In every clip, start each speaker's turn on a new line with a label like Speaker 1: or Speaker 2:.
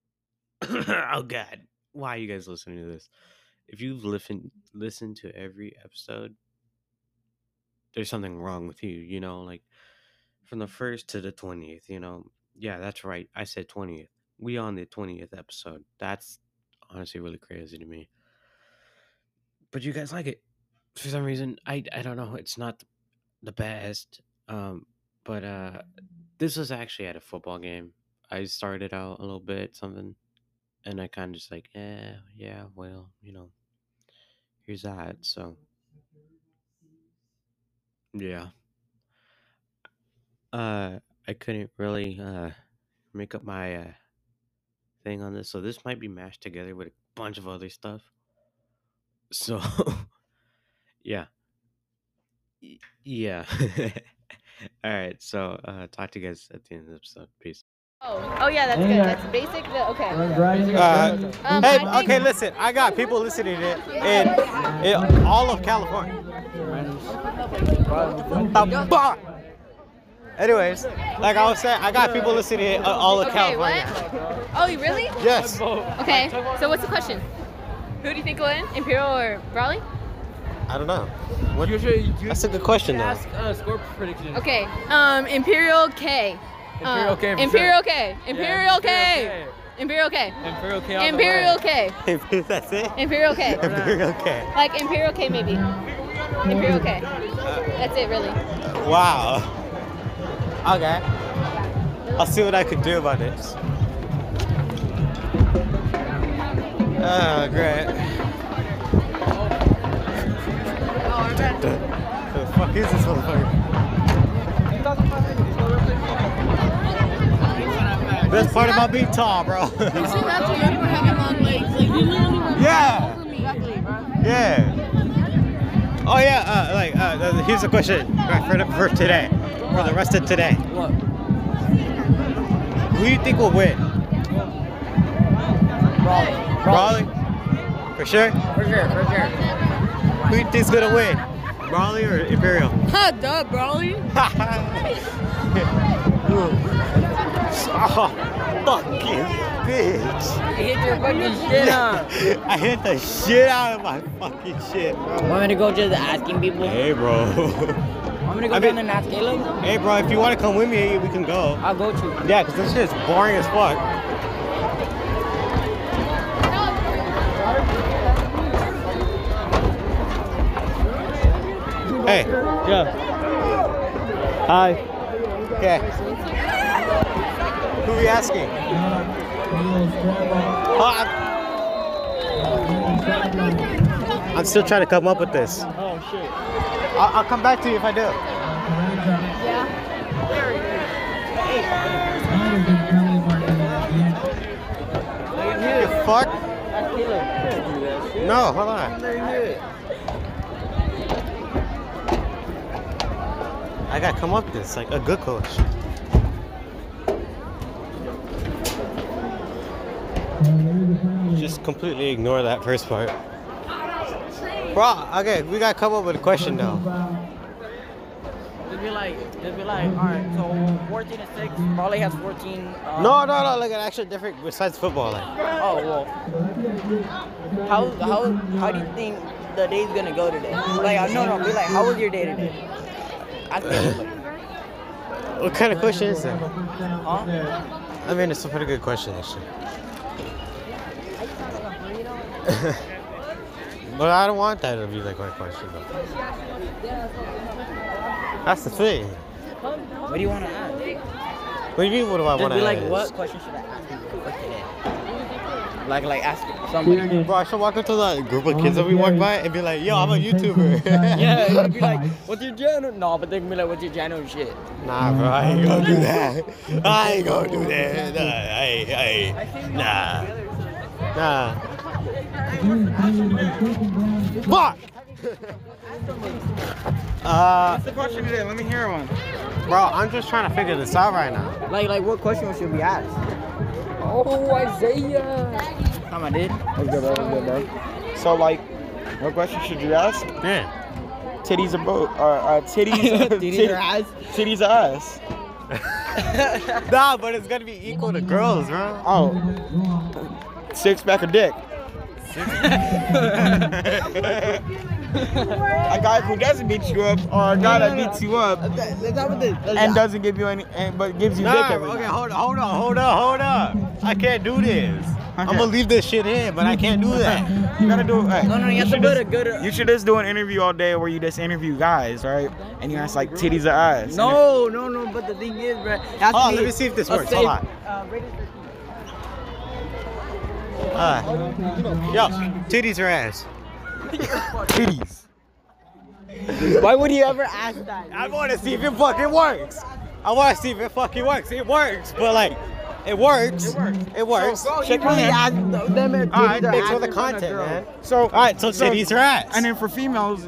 Speaker 1: oh god, why are you guys listening to this? If you've listened listened to every episode, there's something wrong with you. You know, like from the first to the twentieth. You know, yeah, that's right. I said twentieth. We on the twentieth episode. That's honestly really crazy to me. But you guys like it for some reason. I I don't know. It's not the best. Um, but uh, this was actually at a football game. I started out a little bit something, and I kind of just like, yeah, yeah, well, you know, here's that. So, yeah. Uh, I couldn't really uh make up my uh thing on this, so this might be mashed together with a bunch of other stuff. So, yeah, Y- yeah. All right. So, uh, talk to you guys at the end of the episode. Peace.
Speaker 2: Oh, oh yeah, that's good. That's basic. The, okay.
Speaker 3: Uh,
Speaker 2: Um,
Speaker 3: hey,
Speaker 2: I think-
Speaker 3: okay, listen. I got people listening to it in, in all of California. The fuck? Anyways, like I was saying, I got people listening to it in uh, all of
Speaker 2: Okay,
Speaker 3: California.
Speaker 2: what? Oh, you really?
Speaker 3: Yes.
Speaker 2: Okay. So what's the question? Who do you think will win, Imperial or Brawley?
Speaker 3: I don't know. What? That's a good question, though.
Speaker 4: uh, score prediction.
Speaker 2: Okay. Um, Imperial K. Um,
Speaker 4: Imperial K, for sure.
Speaker 2: Imperial K.
Speaker 4: Imperial
Speaker 2: Imperial K. Imperial K.
Speaker 4: Imperial K. all the
Speaker 2: Imperial
Speaker 4: way.
Speaker 2: K.
Speaker 3: That's it.
Speaker 2: Imperial K.
Speaker 3: okay.
Speaker 2: Like Imperial K maybe. Imperial K. That's it really.
Speaker 3: Wow. Okay. I'll see what I could do about this. Oh, great. Who the fuck is this motherfucker? Best part about being tall, bro. yeah. Yeah. Oh yeah. Uh, like, uh, uh, here's a question right, for, the, for today, for the rest of today.
Speaker 4: What?
Speaker 3: Who do you think will win?
Speaker 4: Brawley.
Speaker 3: Brawley? For sure?
Speaker 4: For sure, for sure.
Speaker 3: Who do you think's gonna win? Brawley or Imperial?
Speaker 2: Ha duh, Brawley.
Speaker 3: oh, fucking bitch.
Speaker 4: Hit your fucking shit on.
Speaker 3: I hit the shit out of my fucking shit.
Speaker 4: Want me to go just asking people?
Speaker 3: Hey, bro.
Speaker 4: Want me to go
Speaker 3: I mean-
Speaker 4: down and ask Caleb?
Speaker 3: hey, bro, if you wanna come with me, we can go.
Speaker 4: I'll go to.
Speaker 3: Yeah, because this shit's boring as fuck. Hey. Yeah. Hi. Okay. Who we asking? Oh, I'm, I'm still trying to come up with this. Oh, shit. I'll, I'll come back to you if I do. You fuck? No, hold on. I gotta come up this like a good coach. Just completely ignore that first part. Bro, okay, we gotta come up with a question now.
Speaker 4: Just be like, just be like, alright, so 14 to 6, Brawley has 14. Uh,
Speaker 3: No, no, no, like an actual different besides football. Like,
Speaker 4: Oh, well. How, how, how do you think the day's gonna go today? Like, uh, no, no, be like, how was your day today? Ask Caleb.
Speaker 3: what kind of question is that?
Speaker 4: Huh?
Speaker 3: I mean, it's a pretty good question, actually. but I don't want that to be like my question, though. That's the thing.
Speaker 4: What do you want to ask?
Speaker 3: What do you mean, what do I
Speaker 4: Just
Speaker 3: want
Speaker 4: be
Speaker 3: to
Speaker 4: like,
Speaker 3: ask?
Speaker 4: what question should I ask people for today? Like, like ask somebody.
Speaker 3: Bro, I should walk up to that group of kids that we walk by and be like, yo, I'm a YouTuber.
Speaker 4: Yeah, it would be like, what's your channel? No, but they can be like, what's your channel and shit.
Speaker 3: Nah, bro, I ain't gonna do
Speaker 5: Mm-hmm.
Speaker 3: that. I ain't gonna do that. Nah, I, I, nah. Nah. Fuck! uh,
Speaker 5: What's the question today? Let me hear one.
Speaker 3: bro, I'm just trying to figure this out right now.
Speaker 4: Like, like what question should we ask? Oh, Isaiah. Come on, dude.
Speaker 5: What's good, bro? What's good, bro? So, like, what question should you ask?
Speaker 3: Yeah.
Speaker 5: Titties or boat? Or uh, titties?
Speaker 4: Dude, your eyes.
Speaker 5: Titties or ass?
Speaker 3: Nah, but it's gonna be equal to girls, bro.
Speaker 5: Oh, Six pack of dick. a guy who doesn't beat you up, or a guy that beats you up
Speaker 4: Okay, let's have this. Let's-
Speaker 5: and doesn't give you any, and, but gives you dick
Speaker 3: Nah,
Speaker 5: every
Speaker 3: okay,
Speaker 5: night.
Speaker 3: hold on, hold on, hold on, hold up. I can't do this. I'm gonna leave this shit in, but I can't do that.
Speaker 5: You gotta do it. Hey,
Speaker 4: no, no, you have to go to good.
Speaker 5: You should just do an interview all day where you just interview guys, right? And you ask like titties or eyes.
Speaker 4: No, no, no. But the thing is, bro.
Speaker 3: Oh, let me see if this works. Hold on. Uh, yo, titties or ass?
Speaker 5: titties.
Speaker 4: Why would you ever ask that?
Speaker 3: I want to see if it fucking works. I want to see if it fucking works. It works, but like, it works. It works. It works.
Speaker 4: Check really ask them if
Speaker 3: All right,
Speaker 4: they're
Speaker 3: thanks for the
Speaker 4: asking a
Speaker 3: content,
Speaker 4: girl.
Speaker 3: man.
Speaker 5: So all
Speaker 3: All right, so titties or ass?
Speaker 5: And then for females,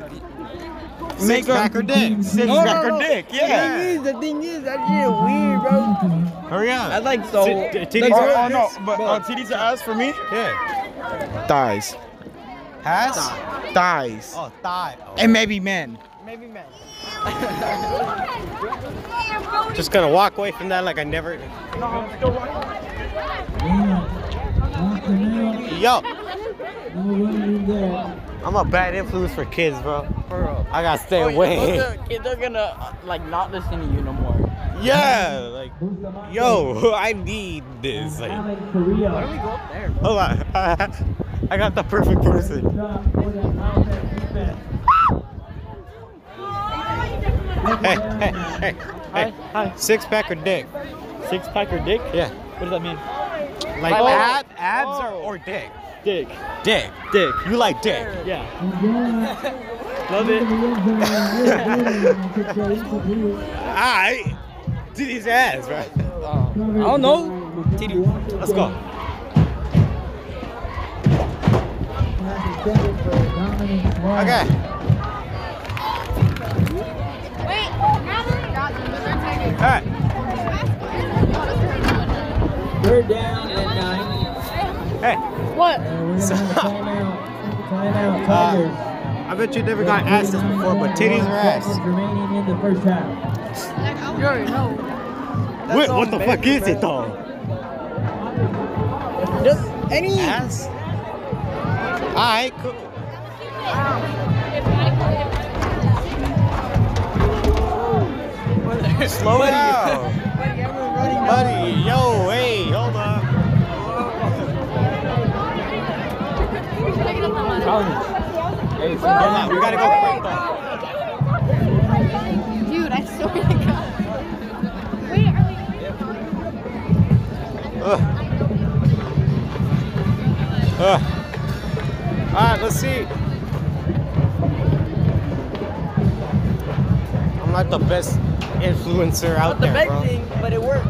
Speaker 3: Six pack or dick? Oh,
Speaker 5: Six
Speaker 4: No, no,
Speaker 5: pack
Speaker 4: no.
Speaker 5: or dick.
Speaker 4: The
Speaker 5: Yeah.
Speaker 4: thing is- The thing is, that shit weird, bro.
Speaker 3: Hurry up.
Speaker 4: That's like so.
Speaker 3: T- t- titties
Speaker 4: like,
Speaker 5: Oh,
Speaker 3: or
Speaker 5: oh, no,
Speaker 3: ass?
Speaker 5: but uh, titties or ass for me?
Speaker 3: Yeah.
Speaker 5: Thighs.
Speaker 3: Ass?
Speaker 5: Thighs.
Speaker 3: Oh, thigh. Oh.
Speaker 5: And maybe men.
Speaker 4: Maybe man.
Speaker 3: Just gonna walk away from that like I never. Yo, I'm a bad influence for kids, bro. I gotta stay away.
Speaker 4: Those are- Kids are gonna uh, like not listen to you no more.
Speaker 3: Yeah, like, yo, I need this. Like, hold
Speaker 4: Why don't we go up there?
Speaker 3: on, I got the perfect person. Hey, hey, hey, hey. Six pack or dick?
Speaker 6: Six pack or dick?
Speaker 3: Yeah,
Speaker 6: What does that mean?
Speaker 3: like
Speaker 4: Oh.
Speaker 3: ab, abs
Speaker 6: Oh.
Speaker 3: or, or dick?
Speaker 6: Dick.
Speaker 3: Dick.
Speaker 6: Dick.
Speaker 3: You like dick?
Speaker 6: Yeah. Love it.
Speaker 3: I did his ass, right?
Speaker 4: I don't know.
Speaker 3: Let's go. Okay.
Speaker 7: Wait,
Speaker 3: All right.
Speaker 4: We're down at nine.
Speaker 3: Hey.
Speaker 2: What?
Speaker 3: So, uh, I bet you never got asked this before, but titties or ass?
Speaker 8: Remaining in the first half.
Speaker 2: You already know.
Speaker 3: Wait, what the fuck is it though?
Speaker 4: Just any.
Speaker 3: Ass. Alright, cool. Slow down, buddy. Yo, hey, hold on. Hold on, we gotta go quick though.
Speaker 7: Dude, I swear to God. Wait, are we?
Speaker 3: Ugh. Ugh. All right, let's see. I'm not the best influencer out
Speaker 4: Not the
Speaker 3: there,
Speaker 4: best
Speaker 3: bro.
Speaker 4: thing, but it worked.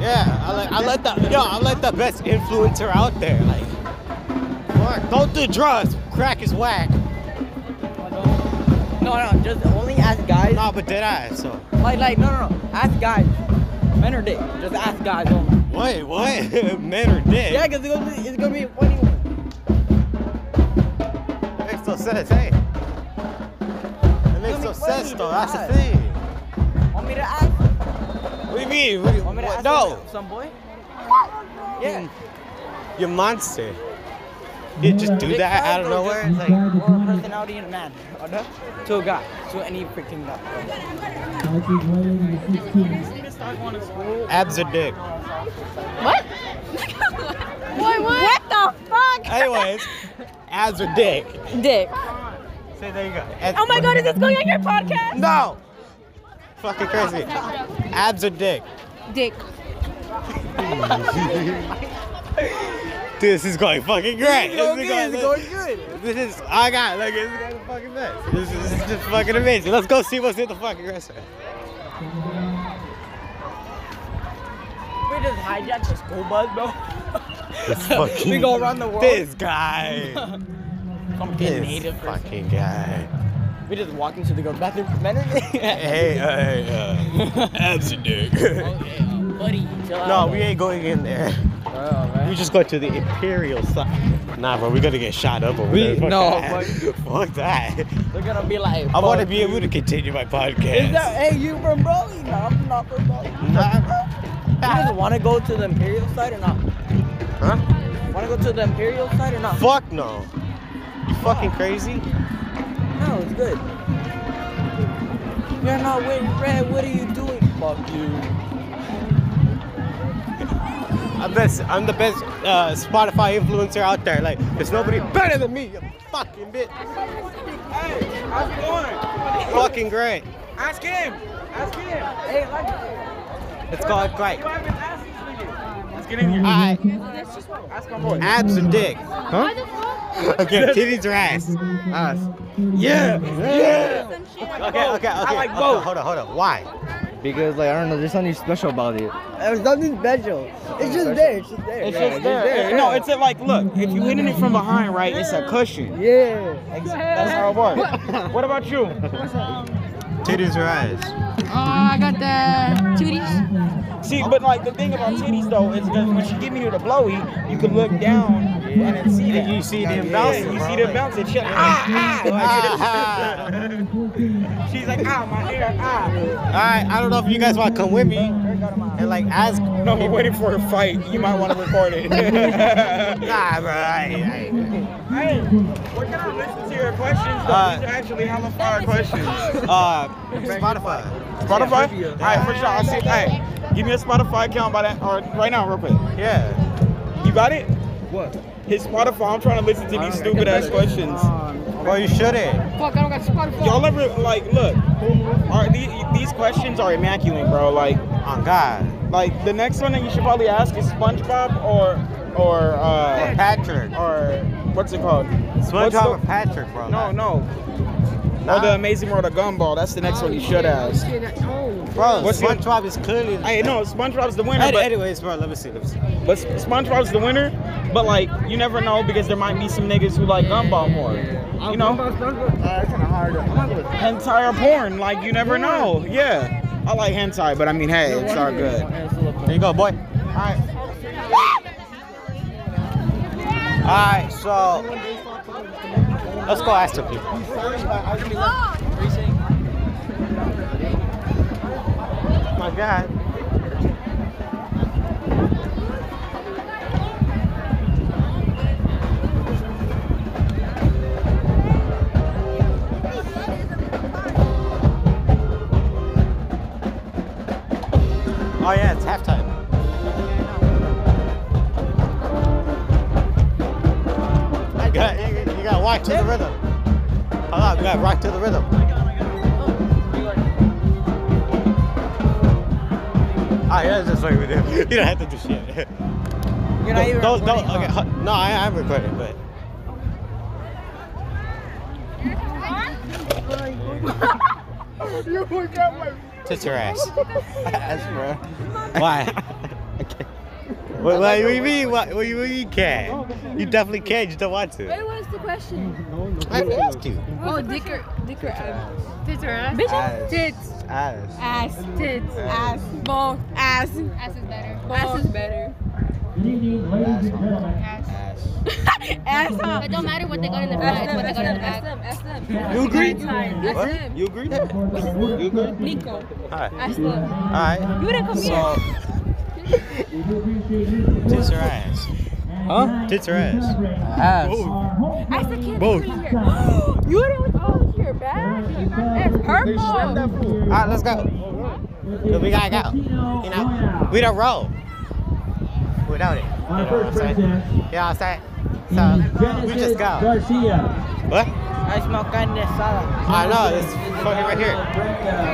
Speaker 3: Yeah, I like I let the yo, I let the best influencer out there. Like, fuck, don't do drugs. Crack is whack.
Speaker 4: No, no, just only ask guys.
Speaker 3: Nah, but dead ass. So
Speaker 4: Like, like, no, no, no. Ask guys. Men or dick. Just ask guys only.
Speaker 3: wait, what? Men are dead.
Speaker 4: Yeah, because it's gonna be, it's gonna be a funny one.
Speaker 3: It makes no sense, hey. It makes no
Speaker 4: Tommy,
Speaker 3: sense
Speaker 4: why
Speaker 3: though.
Speaker 4: you
Speaker 3: That's
Speaker 4: do
Speaker 3: the
Speaker 4: that?
Speaker 3: thing.
Speaker 4: Want me to ask?
Speaker 3: What do you mean? What do you-
Speaker 4: Want me to
Speaker 3: what-
Speaker 4: ask
Speaker 3: no,
Speaker 4: some, some boy? Yeah.
Speaker 3: you monster. You just do
Speaker 4: Big
Speaker 3: that
Speaker 4: fat
Speaker 3: out of
Speaker 4: or
Speaker 3: nowhere.
Speaker 4: just-
Speaker 3: It's like,
Speaker 4: Or a personality in a man. Or no? To a guy. To any freaking guy.
Speaker 3: abs or dick.
Speaker 2: What? Wait, what? What the fuck?
Speaker 3: Anyways, abs or dick.
Speaker 2: Dick.
Speaker 3: Say there you go.
Speaker 2: Oh my god, is this going on your podcast?
Speaker 3: No! Fucking crazy. Abs or dick.
Speaker 2: Dick.
Speaker 3: Dude, this is going fucking great. This is going,
Speaker 4: It's going good.
Speaker 3: this is I got like this is going fucking best. This is, this is just fucking amazing. Let's go see what's in the fucking restaurant.
Speaker 4: We just hijacked the school bus, bro. we
Speaker 3: fucking-
Speaker 4: go around the world.
Speaker 3: This guy.
Speaker 4: Fucking
Speaker 3: This
Speaker 4: native. person.
Speaker 3: fucking guy.
Speaker 4: We just walk into the girl bathroom. Man,
Speaker 3: Hey, uh, hey, uh, abs or dick.
Speaker 4: Okay, uh, buddy, chill
Speaker 3: no,
Speaker 4: out.
Speaker 3: we ain't going in there.
Speaker 4: Oh, man.
Speaker 3: We just go to the Imperial side. Nah, bro, we gonna get shot up over
Speaker 4: We-
Speaker 3: there. Fuck
Speaker 4: no,
Speaker 3: that. Fuck that.
Speaker 4: They're gonna be like.
Speaker 3: I want to
Speaker 4: "Fuck
Speaker 3: be
Speaker 4: you."
Speaker 3: able to continue my podcast.
Speaker 4: Is that hey you from Broly? No, I'm not from Broly.
Speaker 3: Nah.
Speaker 4: You just want to go to the Imperial side or not?
Speaker 3: Huh?
Speaker 4: Wanna go to the Imperial side or not?
Speaker 3: Fuck no. You fucking crazy?
Speaker 4: No, it's good. You're not wearing red. What are you doing? Fuck you.
Speaker 3: I'm best. I'm the best uh, Spotify influencer out there. Like, there's nobody better than me. You fucking bitch.
Speaker 5: Hey, how's it going?
Speaker 3: Fucking great.
Speaker 5: Ask him. Ask him.
Speaker 4: Hey, like,
Speaker 3: It's called great.
Speaker 5: haven't asked this nigga. Let's get in here.
Speaker 3: I
Speaker 5: Ask my boy.
Speaker 3: abs and dick.
Speaker 5: Huh?
Speaker 3: Okay, titties or ass. Ass.
Speaker 5: Yeah. Yeah.
Speaker 3: Okay, okay, okay.
Speaker 5: I like both.
Speaker 3: hold on, hold on. Why?
Speaker 9: Because like I don't know, there's something special about it.
Speaker 4: there's nothing special. It's just there. It's just there.
Speaker 5: It's just there. No, it's a, like, look, if you hitting it from behind, right, it's a cushion.
Speaker 4: Yeah.
Speaker 5: Ex- That's how it works. What about you?
Speaker 3: Titties or ass.
Speaker 7: I got the tooties.
Speaker 5: See, but like the thing about titties though is that when she give me the blowy, you can look down and then see that.
Speaker 3: You see them
Speaker 5: Yeah,
Speaker 3: bouncing.
Speaker 5: you
Speaker 3: bro.
Speaker 5: see them bouncing. She like, ah, ah.
Speaker 3: Ah, ah.
Speaker 5: Like, she's like, ah, my hair, ah.
Speaker 3: All right, I don't know if you guys want to come with me and like ask.
Speaker 5: No, we're waiting for a fight. You might want to record it. hey,
Speaker 3: Nah, bro. I, I,
Speaker 5: we're gonna listen to your questions though.
Speaker 3: Uh,
Speaker 5: These are actually hella fire questions.
Speaker 3: Uh, Spotify.
Speaker 5: Spotify? All right, for sure. I'll see. Hey, give me a Spotify account by that, or right now, real quick.
Speaker 3: Yeah.
Speaker 5: You got it?
Speaker 9: What?
Speaker 5: His Spotify. I'm trying to listen to these stupid ass questions.
Speaker 3: Well, you shouldn't.
Speaker 7: Fuck, I don't got Spotify.
Speaker 5: Y'all ever like look? Are these, these questions are immaculate, bro? Like,
Speaker 3: On God.
Speaker 5: like the next one that you should probably ask is SpongeBob or or uh,
Speaker 3: Patrick.
Speaker 5: or what's it called? What's the-
Speaker 3: SpongeBob or Patrick, bro.
Speaker 5: No, no.
Speaker 3: Nah.
Speaker 5: Or the Amazing World of Gumball. That's the next one you should ask.
Speaker 3: Bro,
Speaker 5: What's your-
Speaker 3: SpongeBob is clearly.
Speaker 5: Hey, no, SpongeBob's the winner,
Speaker 3: Any-
Speaker 5: but,
Speaker 3: anyways, bro, let me see. Let me see.
Speaker 5: but SpongeBob's the winner. But like, you never know because there might be some niggas who like Gumball more. You know.
Speaker 9: that's kind of hard. I'm not gonna-
Speaker 5: hentai or porn. Like you never know. Yeah, I like hentai, but I mean, hey, it's all good.
Speaker 3: There you go, boy. Alright, so let's go ask some people. My God. Oh yeah, it's halftime. You got, you, you got walk to the rhythm. Hold on, you got rock to the rhythm. Ah, yeah, that's just what we do. You don't have to do shit.
Speaker 4: You're not even.
Speaker 3: don't, don't,
Speaker 4: recording, huh?
Speaker 3: okay, huh, no, I, I'm recording, but. Tits your ass.
Speaker 9: That's
Speaker 3: Why? okay. What, what, do you mean? What, what do you mean you can? You definitely can, you just don't want to.
Speaker 7: Wait, what is the question?
Speaker 3: I asked you.
Speaker 2: Oh, dicker, dicker, ass.
Speaker 7: Tits or ass?
Speaker 2: Bitch, tits,
Speaker 3: Ass.
Speaker 7: Ass. Tits. Ass. Both. Ass. Ass is better.
Speaker 2: ass is better.
Speaker 9: Ass.
Speaker 7: Ass, huh? It don't matter what they got in the front, it's what they got in the back.
Speaker 2: ask them.
Speaker 3: You agree?
Speaker 2: Ask them.
Speaker 3: You agree? You agree?
Speaker 2: Nico,
Speaker 3: Alright.
Speaker 2: ask them.
Speaker 3: Alright.
Speaker 2: You didn't come here.
Speaker 3: So. Tits or ass?
Speaker 9: Huh?
Speaker 3: Tits or ass?
Speaker 6: Ah.
Speaker 9: Ass.
Speaker 7: Ask the kid
Speaker 3: Both.
Speaker 7: over here. you don't oh, here, back. It's purple.
Speaker 3: Alright, let's go. Cause we gotta go. You know, we don't roll without it. You know
Speaker 6: Our
Speaker 3: what I'm
Speaker 6: first
Speaker 3: saying?
Speaker 6: president
Speaker 3: You know what I'm saying?
Speaker 6: is
Speaker 3: So, we just
Speaker 6: Genesis
Speaker 3: go.
Speaker 6: Garcia.
Speaker 3: What?
Speaker 4: I smell carne asada.
Speaker 3: I know, it's fucking right here.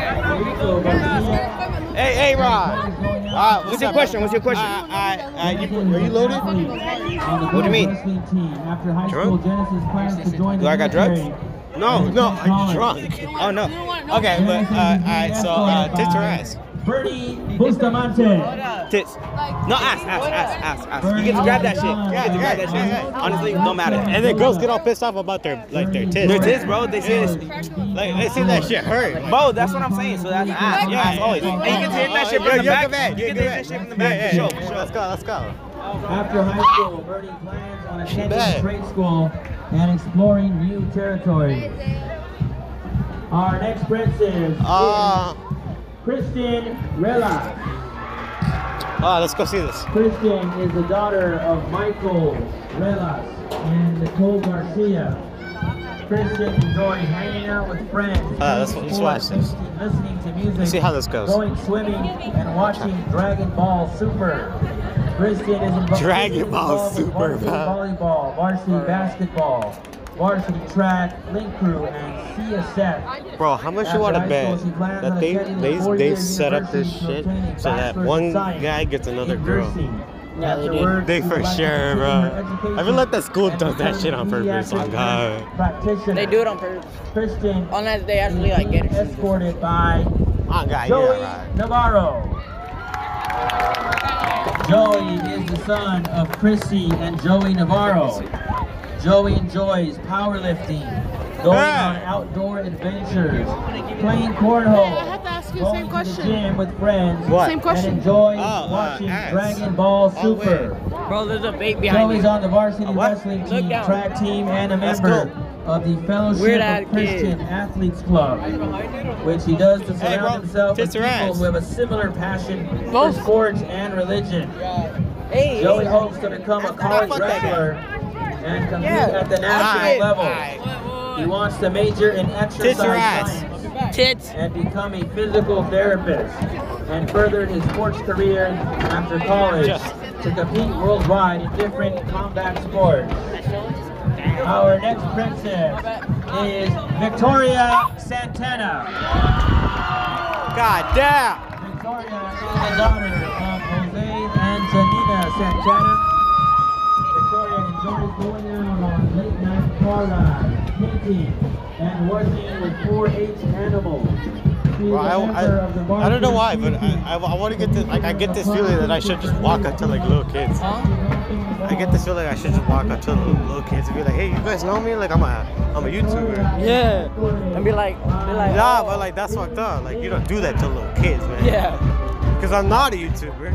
Speaker 6: Federico Garcia.
Speaker 3: Hey, hey, Rod. Uh, what's Uh, your question? What's your question? are you loaded?
Speaker 6: What
Speaker 3: do you mean?
Speaker 6: Team. After high
Speaker 3: Drunk?
Speaker 6: school, Genesis plans to join
Speaker 3: Do I got
Speaker 6: the military.
Speaker 3: drugs? No, no, I'm drunk. Oh no. Okay, but uh, alright, so uh, tits or ass?
Speaker 6: Bernie Bustamante.
Speaker 3: Tits. No ass, ass, ass, ass, ass. You get to grab that shit. You get to grab that shit. Honestly, no matter. And then girls get all pissed off about their like their tits.
Speaker 5: Their tits, bro. They say it's
Speaker 3: Like they see that shit hurt. Like,
Speaker 5: Bo, that's what I'm saying. So that's ass. Yeah, ass always. And you can hit that shit from the back. You can hit that shit from the back. For sure, for sure.
Speaker 3: Let's go, let's go.
Speaker 6: After high school, Bernie plans on attending
Speaker 3: bad.
Speaker 6: trade school and exploring new territory. Our next princess
Speaker 3: Uh,
Speaker 6: is Kristen Rella.
Speaker 3: Ah, let's go see this.
Speaker 6: Christian is the daughter of Michael Relas and Nicole Garcia. Christian enjoys hanging out with friends,
Speaker 3: Ah, let's, let's watch this.
Speaker 6: listening to music,
Speaker 3: See how this goes.
Speaker 6: going swimming, and watching Dragon Ball Super. Christian is invo-
Speaker 3: Dragon
Speaker 6: is
Speaker 3: Ball
Speaker 6: involved with
Speaker 3: Super,
Speaker 6: varsity
Speaker 3: man.
Speaker 6: volleyball, varsity basketball, varsity track, link crew, and CSF.
Speaker 3: Bro, how much you want to bet that they they they set up this shit so that one guy gets another girl?
Speaker 4: Yeah, they did.
Speaker 6: Afterward, she
Speaker 3: They
Speaker 6: would
Speaker 3: for
Speaker 6: like to
Speaker 3: sure,
Speaker 6: continue her
Speaker 3: bro.
Speaker 6: education
Speaker 3: I feel like that school
Speaker 6: and
Speaker 3: does that
Speaker 6: become
Speaker 3: shit on
Speaker 6: a
Speaker 3: purpose.
Speaker 6: pediatric
Speaker 3: Oh god.
Speaker 6: Practitioner.
Speaker 4: They do it on purpose.
Speaker 6: Christian
Speaker 4: Unless they actually like get it.
Speaker 6: escorted by
Speaker 3: Oh god,
Speaker 6: Joey
Speaker 3: yeah, right.
Speaker 6: Navarro. Joey is the son of Chrissy and Joey Navarro. Joey enjoys powerlifting, going
Speaker 3: Yeah.
Speaker 6: on outdoor adventures, playing cornhole,
Speaker 7: have to ask you the
Speaker 6: going
Speaker 7: same
Speaker 6: to the
Speaker 7: question.
Speaker 6: gym with friends,
Speaker 3: What?
Speaker 7: Same
Speaker 6: and
Speaker 7: question.
Speaker 6: enjoys
Speaker 3: Oh, uh,
Speaker 6: watching
Speaker 3: ass.
Speaker 6: Dragon Ball
Speaker 3: Oh, wait.
Speaker 6: Super.
Speaker 4: Bro, there's a bait behind
Speaker 6: Joey's
Speaker 4: you.
Speaker 6: on the varsity
Speaker 3: what?
Speaker 6: wrestling
Speaker 4: Look
Speaker 6: team,
Speaker 4: down.
Speaker 6: track team, and a
Speaker 3: Let's
Speaker 6: member
Speaker 3: go.
Speaker 6: of the Fellowship
Speaker 4: Weird ass
Speaker 6: of Christian
Speaker 4: kid.
Speaker 6: Athletes Club, which he does to surround
Speaker 3: Hey, bro,
Speaker 6: himself with
Speaker 3: tits
Speaker 6: people
Speaker 3: or ass?
Speaker 6: who have a similar passion
Speaker 4: Both.
Speaker 6: for sports and religion.
Speaker 4: Hey,
Speaker 6: Joey
Speaker 4: hey.
Speaker 6: hopes to become a
Speaker 3: That's
Speaker 6: college
Speaker 3: not- fuck that guy.
Speaker 6: wrestler and compete
Speaker 4: Yeah,
Speaker 6: at the
Speaker 3: Alright,
Speaker 6: national level.
Speaker 3: alright.
Speaker 6: He wants to major in exercise
Speaker 3: or ass?
Speaker 6: science
Speaker 4: Tits.
Speaker 6: and become a physical therapist and furthered his sports career after college
Speaker 3: Just-
Speaker 6: to compete worldwide in different combat sports. Our next princess is Victoria Santana.
Speaker 3: God damn.
Speaker 6: Victoria is the daughter of Jose and Janina Santana. Victoria enjoys going out on late night car rides, painting, and working with 4-H animals. She is
Speaker 3: Bro,
Speaker 6: a
Speaker 3: I,
Speaker 6: member of the
Speaker 3: I, I don't know why, but
Speaker 6: varsity
Speaker 3: I, I, want to get this like I get this feeling that I should just walk up to like little kids. I get this feeling I should just walk up to the little kids and be like, hey, you guys know me? Like I'm a I'm a YouTuber.
Speaker 5: Yeah.
Speaker 4: And be like, be like,
Speaker 3: Nah,
Speaker 4: oh.
Speaker 3: but like that's fucked up. Like you don't do that to little kids, man.
Speaker 5: Yeah.
Speaker 3: Cause I'm not a YouTuber.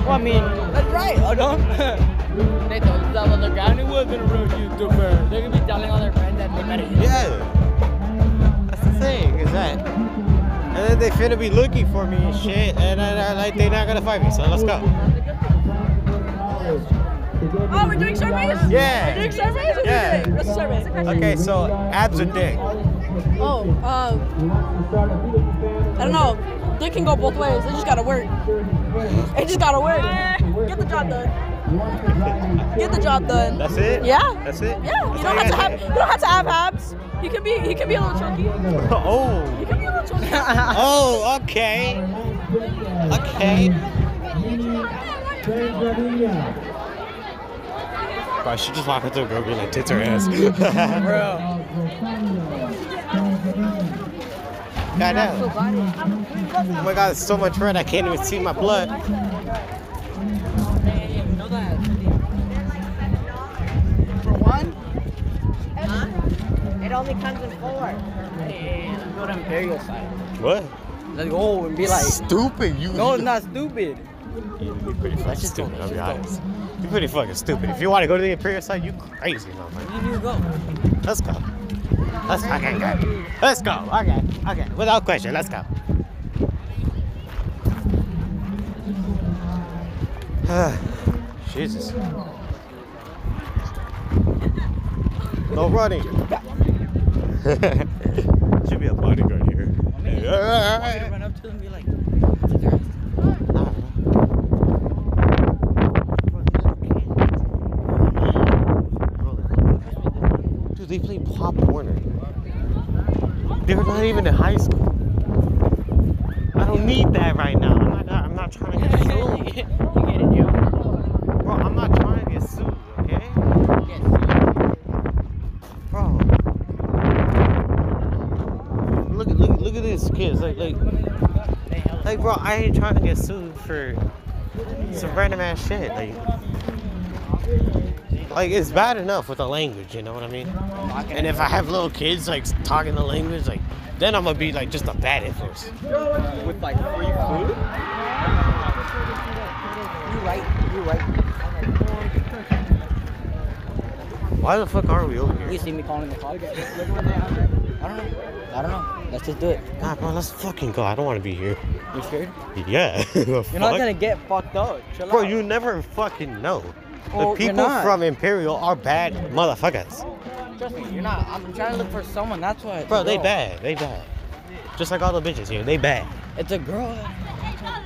Speaker 4: well, I mean, that's right. Oh no.
Speaker 5: They don't stop on the ground. It wasn't a real YouTuber.
Speaker 4: They're gonna be telling all their friends that they better.
Speaker 3: Yeah. That's the thing, is that. And then they finna be looking for me and shit, and then uh, like they not gonna find me. So let's go.
Speaker 7: Oh, we're doing surveys?
Speaker 3: Yeah.
Speaker 7: We're doing surveys? What are we
Speaker 3: Yeah.
Speaker 7: doing? What's the survey? What's the question?
Speaker 3: Okay, so abs or dick?
Speaker 7: Oh, um, I don't know. They can go both ways. They just gotta work. It just gotta work. Get the job done. Get the job done.
Speaker 3: That's it.
Speaker 7: Yeah.
Speaker 3: That's it.
Speaker 7: Yeah. You
Speaker 3: That's
Speaker 7: don't
Speaker 3: all
Speaker 7: have to
Speaker 3: gotta
Speaker 7: have.
Speaker 3: say?
Speaker 7: You don't have to have abs. You can be. You can be a little chunky. You
Speaker 3: oh.
Speaker 7: can be a little chunky.
Speaker 3: Oh. Okay. Okay. Bro, I should just walk up to a girl and be like, tits her ass. Bro. God damn. Oh my god, it's so much red, I can't even see my blood.
Speaker 4: For one? It only comes in four. Let's go to Imperial side.
Speaker 3: What?
Speaker 4: Let's go and be like,
Speaker 3: Stupid, you.
Speaker 4: no, it's not stupid.
Speaker 3: You're pretty fucking stupid, I'll be honest. You're pretty fucking stupid. If you want to go to the Imperial side, you crazy, motherfucker.
Speaker 4: You just go.
Speaker 3: Let's go. Let's fucking go. Let's go. Okay, okay. Without question, let's go. Jesus. No running. Should be a bodyguard here.
Speaker 4: You run up to them and be like,
Speaker 3: Dude, they play Pop Warner. They were not even in high school. I don't need that right now. I'm not, I'm not trying to get sued.
Speaker 4: you get it, Joe.
Speaker 3: Bro, I'm not trying to get sued, okay? Bro. Look, look, look at these kids. Like, like, like, bro, I ain't trying to get sued for some random ass shit. Like, like it's bad enough with the language, you know what I mean? And if I have little kids like talking the language, like, then I'm gonna be like just a bad influence.
Speaker 5: With like free food.
Speaker 4: You right, you right.
Speaker 3: Why the fuck are we over here?
Speaker 4: You see me calling the podcast. I don't know. I don't know. Let's just do it.
Speaker 3: Nah, bro, let's fucking go. I don't want to be here.
Speaker 4: You scared?
Speaker 3: Yeah. the
Speaker 4: You're not
Speaker 3: fuck?
Speaker 4: gonna get fucked up. Chill
Speaker 3: Bro,
Speaker 4: out.
Speaker 3: you never fucking know.
Speaker 4: Well,
Speaker 3: the
Speaker 4: you're
Speaker 3: people
Speaker 4: not.
Speaker 3: from Imperial are bad motherfuckers.
Speaker 4: Trust me, you're not. I'm trying to look for someone. That's why. it's
Speaker 3: Bro,
Speaker 4: a
Speaker 3: they
Speaker 4: girl.
Speaker 3: bad. They bad. Just like all the bitches here, they bad.
Speaker 4: It's a girl.
Speaker 3: I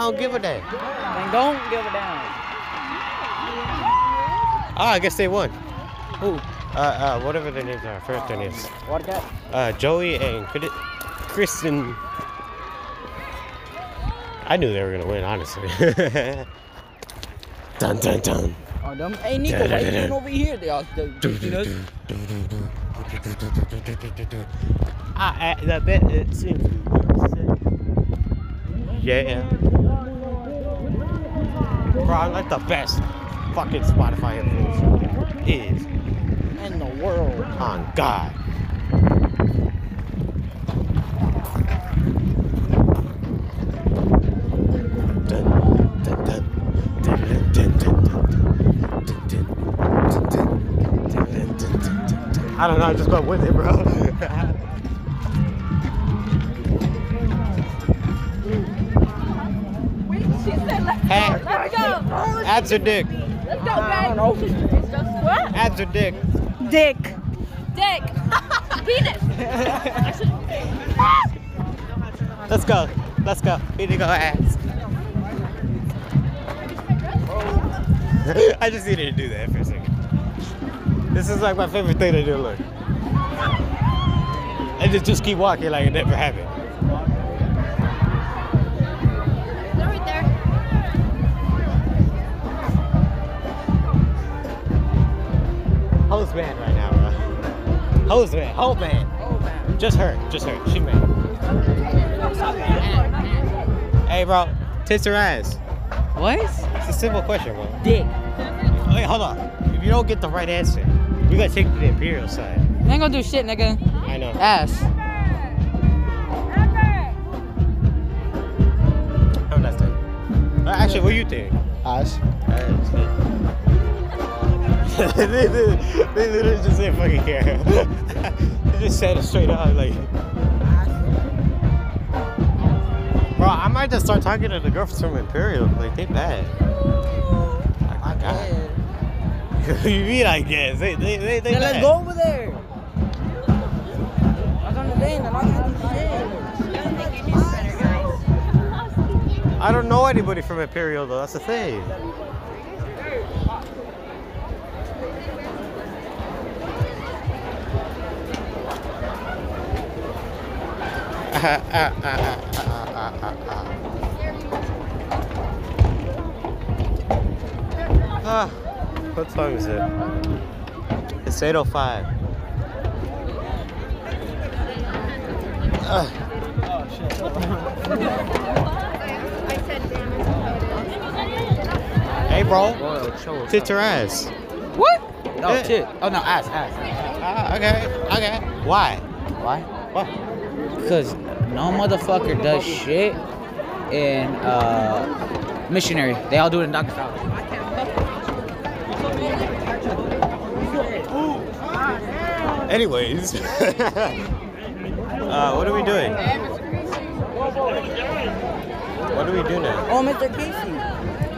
Speaker 3: don't give a damn.
Speaker 4: Then don't give a damn.
Speaker 3: Ah, I guess they won.
Speaker 4: Who?
Speaker 3: Uh, uh, whatever their names are, I forgot their names.
Speaker 4: Watercat?
Speaker 3: Uh, Joey and Cri- Kristen. I knew they were gonna win, honestly. dun dun dun.
Speaker 4: Oh, them. Hey, Nico, why you sitting over here? They all. They, you see this?
Speaker 3: I, I, Ah, eh, that bit it seems to be worse. Yeah. Bro, I like the best fucking Spotify influencer is
Speaker 4: In the world.
Speaker 3: on God. Dun, dun, dun, dun, dun, dun, dun, dun, dun, dun, dun, dun, dun, dun, dun, dun, dun. I don't know, I just went with it, bro.
Speaker 2: She said, let's
Speaker 3: Hey.
Speaker 2: go. Let's go.
Speaker 3: Abs or dick?
Speaker 2: Let's go, back. It's just what?
Speaker 3: Abs or dick?
Speaker 7: Dick.
Speaker 2: Dick. Penis. I shouldn't say.
Speaker 3: Let's go. Let's go. We need to go ass. I just needed to do that for a second. This is like my favorite thing to do. Look. And just, just keep walking like it never happened.
Speaker 2: They're right there.
Speaker 3: Hose man right now, bro. Hose man. Hose man. Just her. Just her. She man. Hey, bro. Tits or ass?
Speaker 4: What?
Speaker 3: It's a simple question, bro.
Speaker 4: Dick.
Speaker 3: Wait, hold on. If you don't get the right answer, we gotta take it to the Imperial side.
Speaker 4: You ain't gonna do shit, nigga.
Speaker 3: I know.
Speaker 4: Ass.
Speaker 3: Have a nice day. Uh, Actually, what do you think?
Speaker 9: Ass.
Speaker 3: Uh, they, they, they literally just didn't fucking care. they just said it straight up, like. Bro, I might just start talking to the girls from Imperial. Like, they bad. Like, you mean I guess? They, they, they, they
Speaker 4: Then
Speaker 3: bad.
Speaker 4: let's go over there. That's what I'm saying. They're not gonna do shit.
Speaker 3: I don't know anybody from Imperial though. That's the thing. Ah. Ah, what song is it? It's 805. Ah.
Speaker 2: I said, damn, it's a photo.
Speaker 3: hey, bro.
Speaker 4: Whoa, chill.
Speaker 3: Tits or ass?
Speaker 4: What?
Speaker 3: Yeah.
Speaker 4: Oh, shit. Oh, no, ass, ass.
Speaker 3: Ah, okay, okay. Why?
Speaker 4: Why?
Speaker 3: What?
Speaker 4: Because no motherfucker does shit in uh, missionary. They all do it in doctor's office.
Speaker 3: Anyways, uh, what are we doing? What do we do now?
Speaker 4: Oh, Mr. Casey.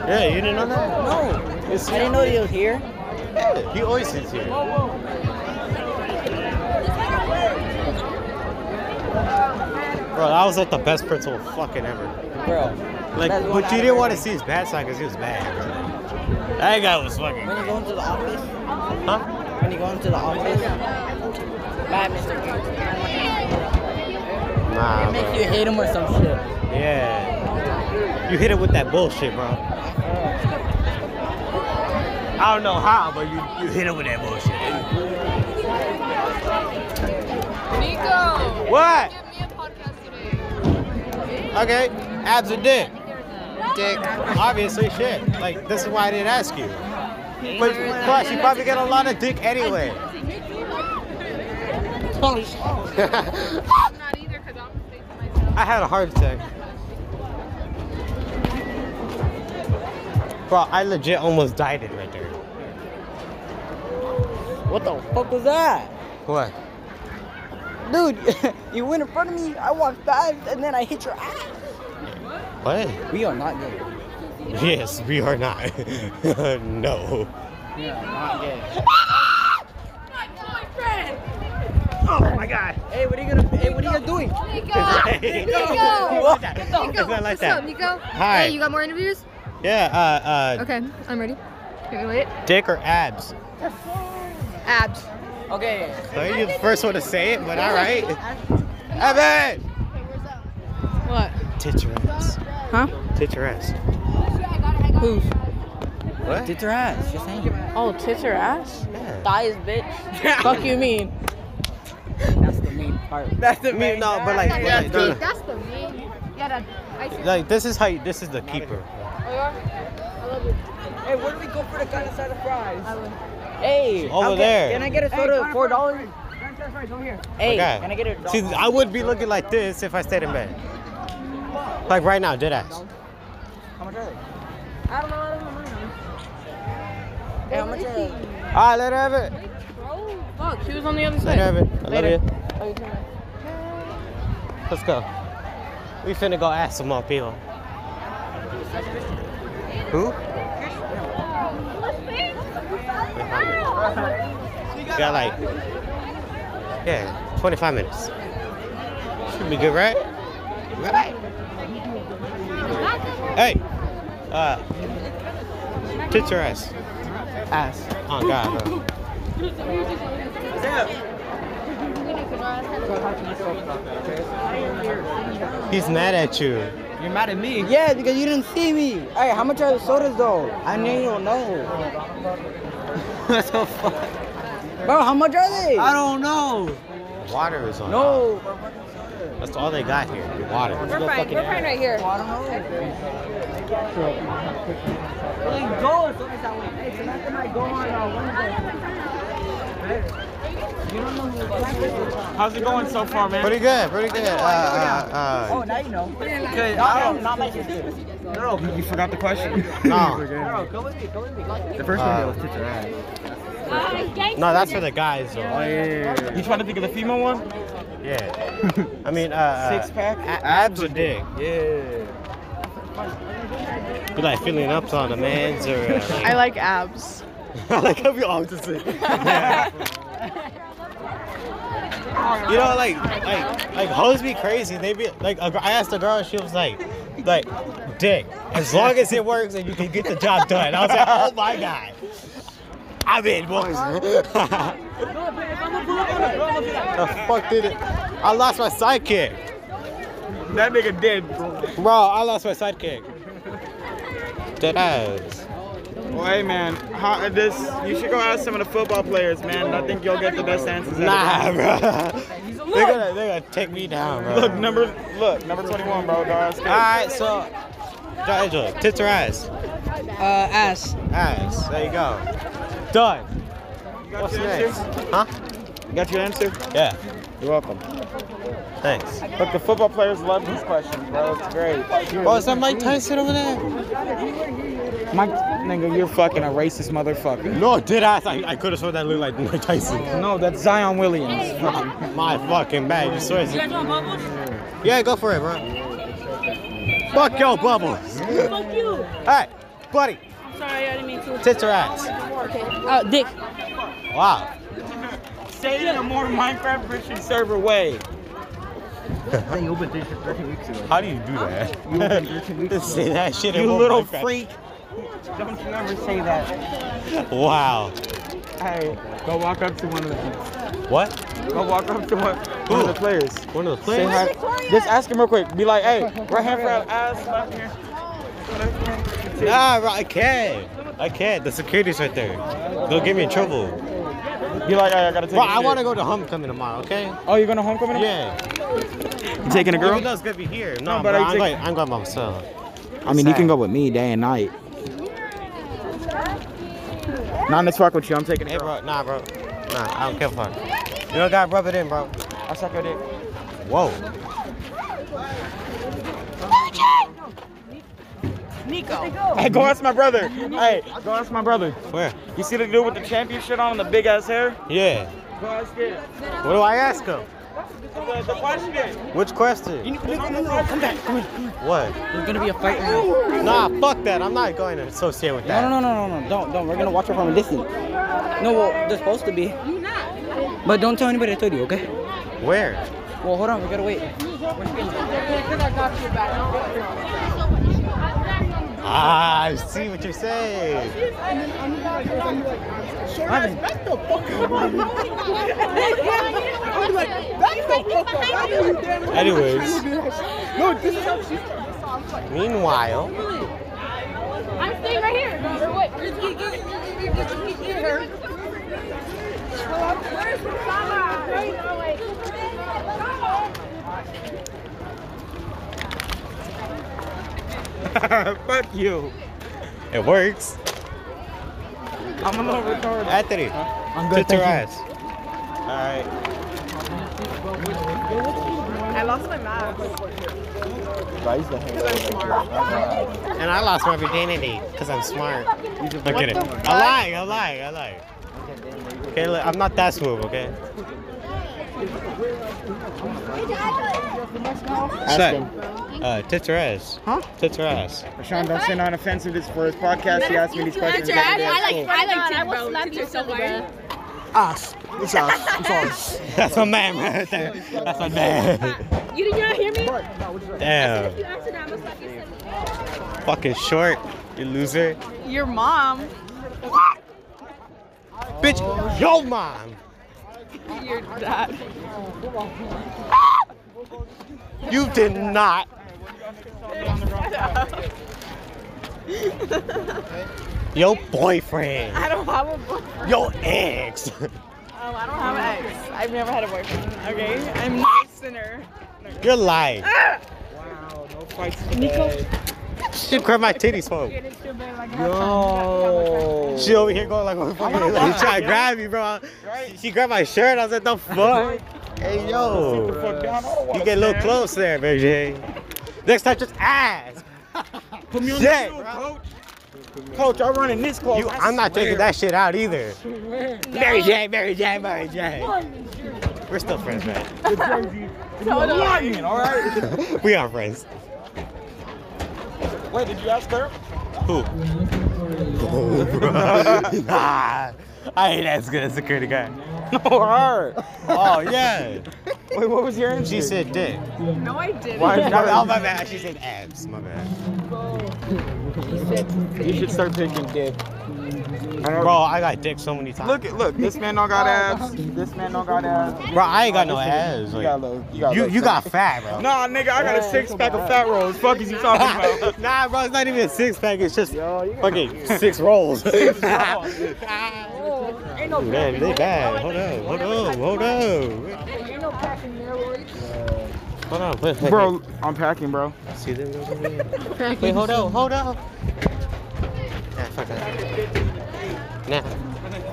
Speaker 3: Yeah, you didn't know that?
Speaker 4: No.
Speaker 3: It's-
Speaker 4: I didn't know he was here.
Speaker 3: Yeah, he always is here. Bro, that was like the best principal fucking ever.
Speaker 4: Bro.
Speaker 3: Like,
Speaker 4: That's
Speaker 3: but
Speaker 4: what
Speaker 3: you
Speaker 4: I
Speaker 3: didn't
Speaker 4: heard.
Speaker 3: want to see his bad side because he was bad. Bro. That guy was fucking.
Speaker 4: When you go into the office,
Speaker 3: Huh?
Speaker 4: when you go into the office, bye, Mr. Casey.
Speaker 3: Nah,
Speaker 4: It makes
Speaker 3: bro.
Speaker 4: you hate him or some shit.
Speaker 3: Yeah. You hit it with that bullshit, bro. I don't know how, but you, you hit it with that bullshit.
Speaker 2: Nico.
Speaker 3: What?
Speaker 2: Give me a podcast today.
Speaker 3: Okay, abs or dick? Dick. Obviously, shit. Like, this is why I didn't ask you. But plus, you probably get a lot of dick anyway.
Speaker 4: Holy shit.
Speaker 3: I
Speaker 2: I'm not either because I'm mistaken myself.
Speaker 3: had a heart attack. Bro, I legit almost died it right there.
Speaker 4: What the fuck was that?
Speaker 3: What?
Speaker 4: dude, you went in front of me. I walked by, and then I hit your ass.
Speaker 3: What?
Speaker 4: We are not gay.
Speaker 3: Yes, we are not. no.
Speaker 4: We are not gay.
Speaker 5: Oh my god.
Speaker 4: Hey, what are you gonna? Hey, what are you doing?
Speaker 2: Nico! Nico!
Speaker 3: It's not like
Speaker 2: What's
Speaker 3: that.
Speaker 2: up, Nico?
Speaker 3: Hi.
Speaker 2: Hey, you got more interviews?
Speaker 3: Yeah, uh, uh,
Speaker 2: Okay, I'm ready. Can we wait?
Speaker 3: dick or abs?
Speaker 2: Abs.
Speaker 4: Okay.
Speaker 3: Well, you're the first one to say it, but all right. Abs!
Speaker 7: What?
Speaker 3: Tit your ass.
Speaker 7: Huh?
Speaker 3: Tit your ass.
Speaker 7: Who's?
Speaker 3: What?
Speaker 4: Did your ass? Just saying.
Speaker 7: Oh, tits or ass?
Speaker 3: Yeah.
Speaker 7: Thigh is bitch. Fuck you mean?
Speaker 4: That's the main part.
Speaker 3: That's the mean. No, but like, but like, no, no.
Speaker 2: That's the main. Yeah, that. I see.
Speaker 3: like, this is how you, this is the keeper.
Speaker 4: Hey, where do we go for the kind of side of fries? Hey,
Speaker 3: Over
Speaker 4: I'll get-
Speaker 3: there.
Speaker 4: Can I get a soda for four dollars? Hey,
Speaker 3: Okay.
Speaker 4: can I get a
Speaker 3: See, I would be looking like this if I stayed in bed. Like right now, dead ass.
Speaker 4: How much are they? I don't know. I don't know. Hey, how much are they?
Speaker 3: All right, let her have it.
Speaker 7: Fuck, she was on the other side.
Speaker 3: Let her have it. I love
Speaker 7: Later. Oh,
Speaker 3: you. Let's go. We finna go ask some more people. Who? We got like, yeah, 25 minutes. Should be good, right? Right. Hey, uh, tits your ass.
Speaker 4: Ass.
Speaker 3: Oh God. bro. He's mad at you.
Speaker 5: You're mad at me.
Speaker 4: Yeah, because you didn't see me. Hey, how much are the sodas though? I know you don't know.
Speaker 5: That's so fuck.
Speaker 4: Bro, how much are they? Oh,
Speaker 5: I don't know.
Speaker 3: Water is on.
Speaker 4: No.
Speaker 3: That's all they got here. Water.
Speaker 2: We're fine. We're fine right here.
Speaker 4: I don't know. Like, go or something that way. Hey, tonight can I go on uh,
Speaker 5: How's it going so far, man?
Speaker 3: Pretty good. Pretty good. Uh,
Speaker 4: Oh,
Speaker 3: uh,
Speaker 4: now you know.
Speaker 5: Good.
Speaker 4: I don't, not my sister.
Speaker 5: No, you forgot the question.
Speaker 3: uh, no.
Speaker 4: Bro, come with me, come with me.
Speaker 5: The first
Speaker 3: one, yeah,
Speaker 5: was
Speaker 3: was
Speaker 5: tits or ass.
Speaker 3: No, that's for the guys though.
Speaker 9: Oh,
Speaker 5: You trying to think of the female one?
Speaker 3: Yeah. I mean, uh,
Speaker 5: Six pack?
Speaker 3: a- abs or dick?
Speaker 5: Yeah.
Speaker 3: You like filling up on the man's or? Uh,
Speaker 7: I like abs.
Speaker 3: I like how we all just say. you know, like, like, like hoes be crazy. They be like, a gr- I asked a girl, she was like, like, dick. As long as it works and you can get the job done. I was like, oh my god, I'm in, boys. the fuck did it? I lost my sidekick,
Speaker 5: That nigga did. Bro,
Speaker 3: bro. I lost my sidekick. Dead ass.
Speaker 5: hey man, how, this you should go ask some of the football players, man. I think you'll get the best answers. out
Speaker 3: Nah, bro. They're gonna, they're gonna take me down, bro.
Speaker 5: of them. Look, number look, number 21, bro. Go ask.
Speaker 3: All right, so John Angelo, tits or ass?
Speaker 7: Uh, ass.
Speaker 3: Ass. There you go. Done.
Speaker 5: You got
Speaker 3: What's
Speaker 5: your
Speaker 3: next?
Speaker 5: answer?
Speaker 3: Huh?
Speaker 5: You got your answer?
Speaker 3: Yeah.
Speaker 5: You're welcome.
Speaker 3: Thanks.
Speaker 5: Look, the football players love these questions, bro. It's great.
Speaker 3: Oh, is that Mike Tyson over there?
Speaker 5: Mike, nigga, you're fucking a racist motherfucker.
Speaker 3: No, did ass. I, I could have sworn that looked like Mike Tyson.
Speaker 5: No, that's Zion Williams.
Speaker 3: My fucking bad. You swear. You guys want bubbles? Yeah, go for it, bro. Fuck your bubbles. Fuck you. All right, buddy.
Speaker 7: Sorry, I didn't mean to.
Speaker 3: Tits or ass?
Speaker 4: Oh,
Speaker 7: Uh, dick.
Speaker 3: Wow.
Speaker 5: Say it in a more Minecraft Christian server way.
Speaker 3: How do you do that? Say that shit. in
Speaker 5: You
Speaker 3: one
Speaker 5: little
Speaker 3: Minecraft.
Speaker 5: freak. Don't you ever say that.
Speaker 3: Wow.
Speaker 5: Hey, go walk up to one of the
Speaker 3: What?
Speaker 5: go walk up to one, one of the players.
Speaker 3: One of the
Speaker 5: Say
Speaker 3: players.
Speaker 5: hi. Just ask him real quick. Be like, hey, right hand for ass, left hand.
Speaker 3: Nah, bro, I can't. I can't. The security's right there. They'll get me in trouble.
Speaker 5: Be like, hey, I gotta take.
Speaker 3: Bro, I want to go to homecoming tomorrow, okay?
Speaker 5: Oh, you're going to homecoming?
Speaker 3: Yeah.
Speaker 5: You taking a
Speaker 3: Even though it's gonna be here. No, but
Speaker 5: No,
Speaker 3: bro,
Speaker 5: but I
Speaker 3: I'm,
Speaker 5: take-
Speaker 3: going, I'm going by myself.
Speaker 5: I mean, you can go with me day and night. Not in the truck with you. I'm taking
Speaker 3: Hey,
Speaker 5: a girl.
Speaker 3: bro, nah, bro. Nah, I don't give a fuck. You don't gotta rub it in, bro.
Speaker 5: I suck your dick.
Speaker 3: Whoa.
Speaker 5: Hey, go ask my brother. Hey, go ask my brother.
Speaker 3: Where?
Speaker 5: You see the dude with the championship on and the big ass hair?
Speaker 3: Yeah.
Speaker 5: Go ask it.
Speaker 3: What do I ask him?
Speaker 5: The, the question.
Speaker 3: Which question?
Speaker 5: Come back. Come here.
Speaker 3: What?
Speaker 4: There's gonna be a fight. Now.
Speaker 3: Nah, fuck that. I'm not going to associate with
Speaker 4: No,
Speaker 3: that.
Speaker 4: no, no, no, no, no! Don't, don't. We're gonna watch it from a distance. No, well, they're supposed to be. But don't tell anybody I told you, okay?
Speaker 3: Where?
Speaker 4: Well, hold on. We gotta wait.
Speaker 3: Ah, I see what you're saying.
Speaker 4: Ivan,
Speaker 3: Anyways. Meanwhile,
Speaker 2: I'm staying right here. Or
Speaker 5: Fuck you.
Speaker 3: it works.
Speaker 5: I'm a little retarded.
Speaker 3: Anthony,
Speaker 9: I'm
Speaker 3: tits or
Speaker 9: thank
Speaker 3: ass? All right.
Speaker 2: I lost my mask.
Speaker 9: you. Guys, the hair.
Speaker 3: And I lost my virginity because I'm smart. I'm kidding. I lie, I lie, I lie. Okay, look, I'm not that smooth, okay?
Speaker 9: Ask
Speaker 3: Shut.
Speaker 9: him.
Speaker 3: Uh, tits or ass?
Speaker 9: Huh?
Speaker 3: Tits or ass?
Speaker 5: Sean Dustin on offensive is for his podcast. He asked me these questions. every day at school.
Speaker 2: I like I will slap you so hard.
Speaker 9: Ass. It's ass. It's ass.
Speaker 3: That's my man right there. That's my man.
Speaker 2: You did you not hear me? If
Speaker 3: Damn.
Speaker 2: you answer that, I will slap you so hard.
Speaker 3: Fucking short, you loser.
Speaker 7: Your mom.
Speaker 3: Bitch, yo mom.
Speaker 7: Your dad.
Speaker 3: You did not. Your boyfriend.
Speaker 7: I don't have a boyfriend.
Speaker 3: Your ex.
Speaker 7: Oh, I don't have an ex. I've never had a boyfriend. Okay, I'm not a sinner.
Speaker 3: You're lying.
Speaker 5: Wow, no fights today.
Speaker 3: She grabbed my titties for me.
Speaker 5: Yo.
Speaker 3: She over here going like, oh, fucking, like she tried to grab me, bro. She grabbed my shirt. I was like, the fuck? hey,
Speaker 5: Super
Speaker 3: yo.
Speaker 5: fucked down. I don't
Speaker 3: You
Speaker 5: wanna
Speaker 3: get a little
Speaker 5: stand.
Speaker 3: close there, baby. Next time, just ask.
Speaker 5: Put me on
Speaker 3: Shit,
Speaker 5: the field,
Speaker 3: bro.
Speaker 5: coach. Coach, I'm running this close.
Speaker 3: You,
Speaker 5: I
Speaker 3: I'm not taking
Speaker 5: swear.
Speaker 3: that shit out either. Mary J, Mary J, Mary J. We're still friends, man.
Speaker 5: You're lying, all right?
Speaker 3: we are friends.
Speaker 5: Wait, did you ask her?
Speaker 3: Who? Oh, bro. nah, I ain't as good as security guard.
Speaker 5: No, her.
Speaker 3: Oh yeah.
Speaker 5: Wait, what was your answer?
Speaker 3: She said dick.
Speaker 7: No, I didn't.
Speaker 3: Why? Oh my bad. She said abs. My bad.
Speaker 5: You should start picking dick.
Speaker 3: Bro, I got dick so many times.
Speaker 5: Look, at look, this man don't got abs. This man don't got abs.
Speaker 3: bro, I ain't got no abs.
Speaker 5: You
Speaker 3: like-
Speaker 5: got low. You got
Speaker 3: you
Speaker 5: low
Speaker 3: you got fat, bro.
Speaker 5: Nah, nigga, I got a six pack of fat rolls. Fuck is you talking about?
Speaker 3: nah, bro, it's not even a six pack. It's just fucking six rolls. Man, they bad. Hold on, hold on, hold on. Hold on, wait, wait,
Speaker 5: Bro, I'm packing, bro.
Speaker 3: wait. See them over there? Wait, hold on, hold on. Nah, fuck that. Nah,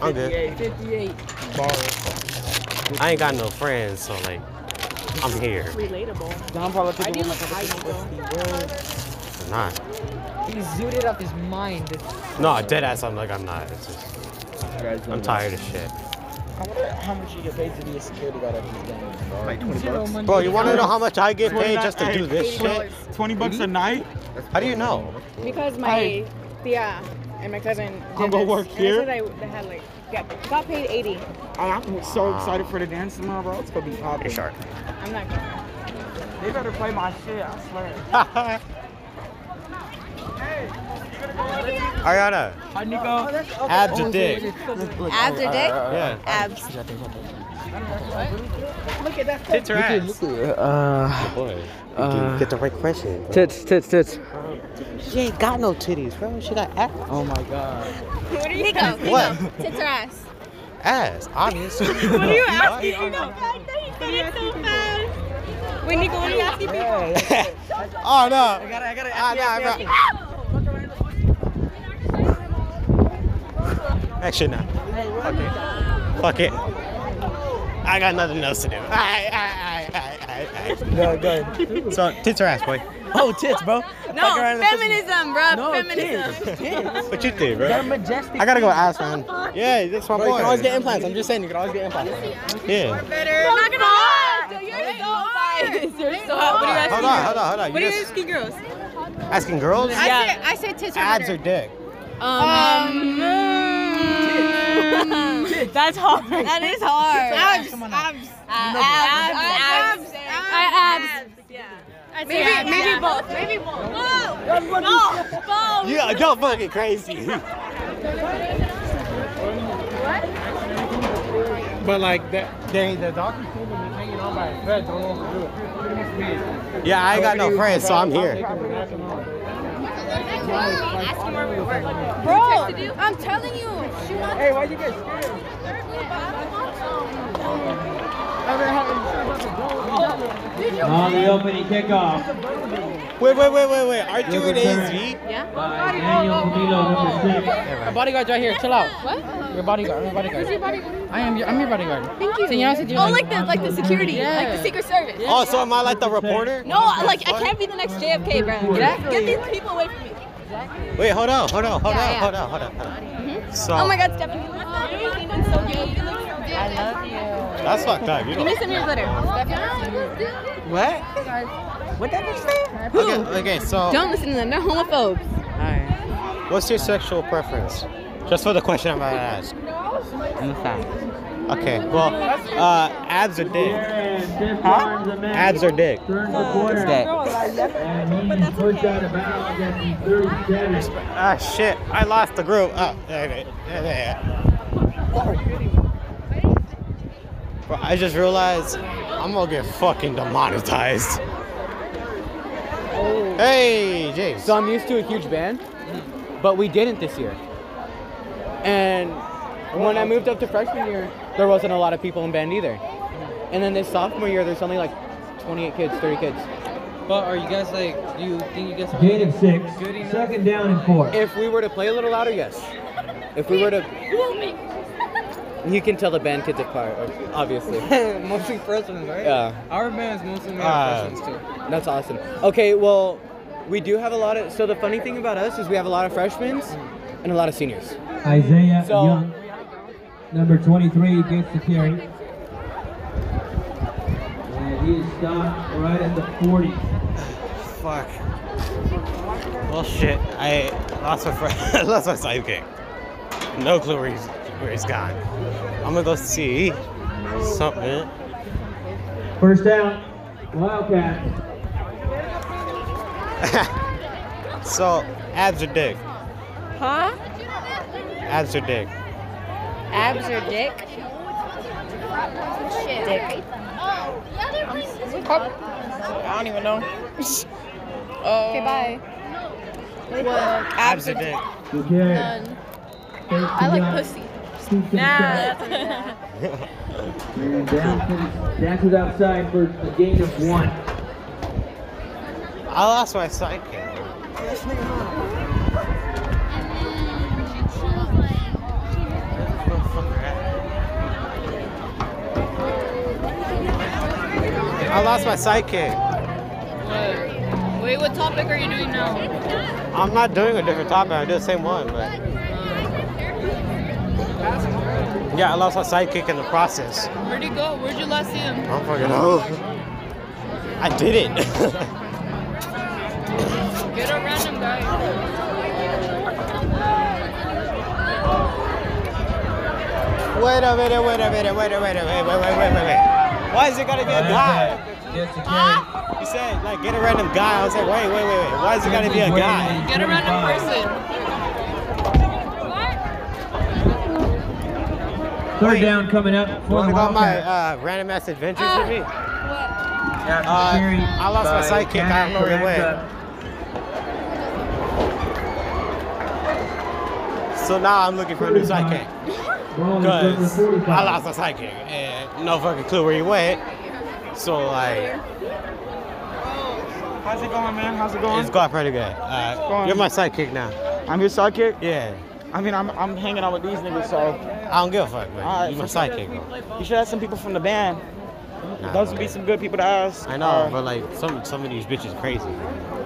Speaker 3: I'm good.
Speaker 7: 58.
Speaker 3: I ain't got no friends, so like, I'm here.
Speaker 7: Relatable.
Speaker 5: Don Paul, I think
Speaker 3: I'm not.
Speaker 10: He's zooted up his mind.
Speaker 3: No, dead ass. I'm like, I'm not. It's just, I'm tired of shit.
Speaker 5: I wonder how much you get paid to be a security guard at these games. Like 20 bucks.
Speaker 3: Bro, you want to know how much I get paid just to do this
Speaker 5: Hey,
Speaker 3: shit?
Speaker 5: 20 bucks a night?
Speaker 3: How do you know?
Speaker 7: Because my tia and my cousin. did
Speaker 5: I'll go
Speaker 7: this,
Speaker 5: work
Speaker 7: and
Speaker 5: here.
Speaker 7: They, said they, they had like got, got paid 80.
Speaker 5: I'm so excited for the dance tomorrow, bro. It's gonna be popping.
Speaker 7: I'm not going.
Speaker 5: They better play my shit, I swear.
Speaker 3: Ariana,
Speaker 5: Hi, Nico.
Speaker 3: abs or dick?
Speaker 2: Abs or dick?
Speaker 3: Yeah.
Speaker 2: Abs.
Speaker 7: Look at that.
Speaker 3: Tits or ass?
Speaker 9: Uh,
Speaker 3: Boy,
Speaker 9: Uh,
Speaker 3: get the right question. bro.
Speaker 9: tits, tits, tits.
Speaker 3: She ain't got no titties, bro. She got ass.
Speaker 9: Oh my god.
Speaker 2: What are you Nico,
Speaker 3: What?
Speaker 2: Nico, tits or ass?
Speaker 3: Ass, obvious. what are you asking?
Speaker 2: Wait, Nico, what are you asking people?
Speaker 3: oh no. I gotta, I gotta. Ah, nah, bro. Actually, no. Fuck it. Fuck it. I got nothing else to do. I, I, I, I, I,
Speaker 9: Go, go.
Speaker 3: I. So, tits or ass, boy?
Speaker 9: Oh, tits, bro.
Speaker 2: No, feminism, bro.
Speaker 9: No,
Speaker 2: feminism.
Speaker 9: tits. tits.
Speaker 3: What you think, bro?
Speaker 9: They're majestic.
Speaker 3: I gotta go ass round. Yeah, that's my
Speaker 9: Bro, you
Speaker 3: boy.
Speaker 9: can always get implants. I'm just saying, you can always get implants.
Speaker 3: yeah.
Speaker 2: I'm not gonna lie. Is there so hot? What are you asking?
Speaker 3: Hold on,
Speaker 2: girls?
Speaker 3: hold on, hold on. You
Speaker 2: What are you
Speaker 3: just-
Speaker 2: asking girls?
Speaker 3: Asking girls?
Speaker 2: I said, I said tits Um, or
Speaker 3: Abs or
Speaker 2: butter.
Speaker 3: dick?
Speaker 2: Um, that's hard.
Speaker 11: That is hard.
Speaker 2: Abs,
Speaker 11: Come on.
Speaker 2: abs, abs,
Speaker 11: abs,
Speaker 2: abs, abs, abs, Yeah. Maybe,
Speaker 11: abs,
Speaker 2: maybe
Speaker 11: yeah.
Speaker 2: both. Maybe both.
Speaker 11: Both.
Speaker 2: Both. Both.
Speaker 3: Yeah, don't fucking crazy.
Speaker 5: But like that, dang, the doctor's told me to hang it on by a thread. Don't overdo it.
Speaker 3: Yeah, I ain't got no friends, so I'm here.
Speaker 2: Ask him where we work.
Speaker 11: Bro,
Speaker 2: Texted you?
Speaker 11: I'm telling you. She wants
Speaker 5: Hey, why'd you get scared?
Speaker 6: On the opening kickoff
Speaker 3: Wait, wait, wait, wait, wait. Aren't you in
Speaker 6: Return.
Speaker 3: ASV?
Speaker 6: by Daniel Camilo, number six.
Speaker 4: Your bodyguard's right here. Chill out.
Speaker 2: What?
Speaker 4: Your bodyguard. Your bodyguard.
Speaker 2: Who's your bodyguard?
Speaker 4: I am. Your, I'm your bodyguard.
Speaker 2: Thank you.
Speaker 4: Senora said you
Speaker 2: oh,
Speaker 4: like-
Speaker 2: like the like the security, like
Speaker 4: Yeah.
Speaker 2: the Secret Service.
Speaker 3: Oh, so am I like the reporter?
Speaker 2: No, like I can't be the next JFK, bro.
Speaker 4: Exactly.
Speaker 2: Get these people away from me.
Speaker 3: Wait, hold on, hold on, hold
Speaker 2: Yeah,
Speaker 3: on,
Speaker 2: yeah.
Speaker 3: hold on, hold on, hold on. So,
Speaker 2: Oh my God, Stephanie, you look so amazing and so good. You look so good. I love you.
Speaker 3: that's fucked up. You
Speaker 2: Give me
Speaker 3: don't.
Speaker 2: some of your glitter.
Speaker 3: What?
Speaker 4: What that bitch say?
Speaker 3: Okay, okay, so
Speaker 2: Don't listen to them. They're homophobes.
Speaker 4: Alright.
Speaker 3: what's your sexual preference? Just for the question I'm about to ask.
Speaker 4: I'm a fat.
Speaker 3: Okay, well, uh, abs or dick? Abs or dick?
Speaker 4: What's that?
Speaker 6: And he's pushed out of bounds at the 37.
Speaker 3: Ah, shit, I lost the group. Oh, there it is. There they are. Bro, I just realized I'm gonna get fucking demonetized. Hey, James.
Speaker 12: So I'm used to a huge band, but we didn't this year. And when I moved up to freshman year, there wasn't a lot of people in band either. And then this sophomore year, there's only like 28 kids, 30 kids.
Speaker 4: But are you guys like? Do you think you guys?
Speaker 6: Gain of six. Second down and four.
Speaker 12: If we were to play a little louder, yes. If we were to, you can tell the band kids apart, obviously.
Speaker 4: mostly freshmen, right?
Speaker 12: Yeah.
Speaker 4: Uh, Our band's mostly made of
Speaker 3: Uh,
Speaker 4: freshmen too.
Speaker 12: That's awesome. Okay, well, we do have a lot of. So the funny thing about us is we have a lot of freshmen and a lot of seniors.
Speaker 6: Isaiah
Speaker 12: So-
Speaker 6: Young, number 23, gets the carry. And he is stopped right at the 40.
Speaker 3: Fuck. Well, shit. I lost my friend. lost my sidekick. No clue where he's, where he's gone. I'm gonna go see something.
Speaker 6: First down, Wildcats.
Speaker 3: so, abs or dick?
Speaker 2: Huh?
Speaker 3: Abs or dick?
Speaker 2: Abs or dick? Dick.
Speaker 4: I don't even know.
Speaker 2: Okay, bye.
Speaker 4: Uh,
Speaker 3: Abs or dick?
Speaker 6: Good carry.
Speaker 2: None.
Speaker 6: I And down to, down to the outside for a gain of one.
Speaker 3: Oh, I lost my sidekick. I lost Oh, my sidekick.
Speaker 2: Wait, what topic are you doing now?
Speaker 3: I'm not doing a different topic. I did the same one, but yeah, I lost my sidekick in the process.
Speaker 2: Where'd he go? Where'd you last see him?
Speaker 3: I'm fucking old. I didn't.
Speaker 2: Get a random guy.
Speaker 3: wait a minute, wait a minute, wait a minute, wait, wait, wait, wait, wait, wait. Why is it gotta be a guy?
Speaker 6: Gets the carry.
Speaker 3: You said like get a random guy. I was like, wait, wait, wait, wait. Why is it gotta be a guy?
Speaker 2: Get a random person.
Speaker 6: Third down coming up
Speaker 3: You
Speaker 6: for
Speaker 3: wanna
Speaker 6: the
Speaker 3: go on my
Speaker 6: Wildcats.
Speaker 3: uh, random ass adventures
Speaker 2: Ah,
Speaker 3: with me?
Speaker 6: After
Speaker 3: uh,
Speaker 6: carry
Speaker 3: I lost my
Speaker 6: by
Speaker 3: sidekick. I don't know where he went.
Speaker 6: Cannon
Speaker 3: So now I'm looking for a new sidekick.
Speaker 6: Carranza.
Speaker 5: Oh,
Speaker 6: Ball is number
Speaker 3: Because
Speaker 6: 45.
Speaker 3: I lost my sidekick and no fucking clue where he went. So like
Speaker 5: How's it going, man? How's it going?
Speaker 3: it's got pretty good. Uh,
Speaker 5: Going.
Speaker 3: you're my sidekick now.
Speaker 5: I'm your sidekick.
Speaker 3: Yeah.
Speaker 5: I mean, I'm, I'm hanging out with these niggas, so
Speaker 3: I don't give a fuck, man.
Speaker 5: Alright,
Speaker 3: you're my
Speaker 5: for sure.
Speaker 3: sidekick. Bro.
Speaker 5: you should have some people from the band.
Speaker 3: Nah,
Speaker 5: Those
Speaker 3: bro.
Speaker 5: would be some good people to ask.
Speaker 3: I know,
Speaker 5: Uh,
Speaker 3: but like some some of these bitches crazy.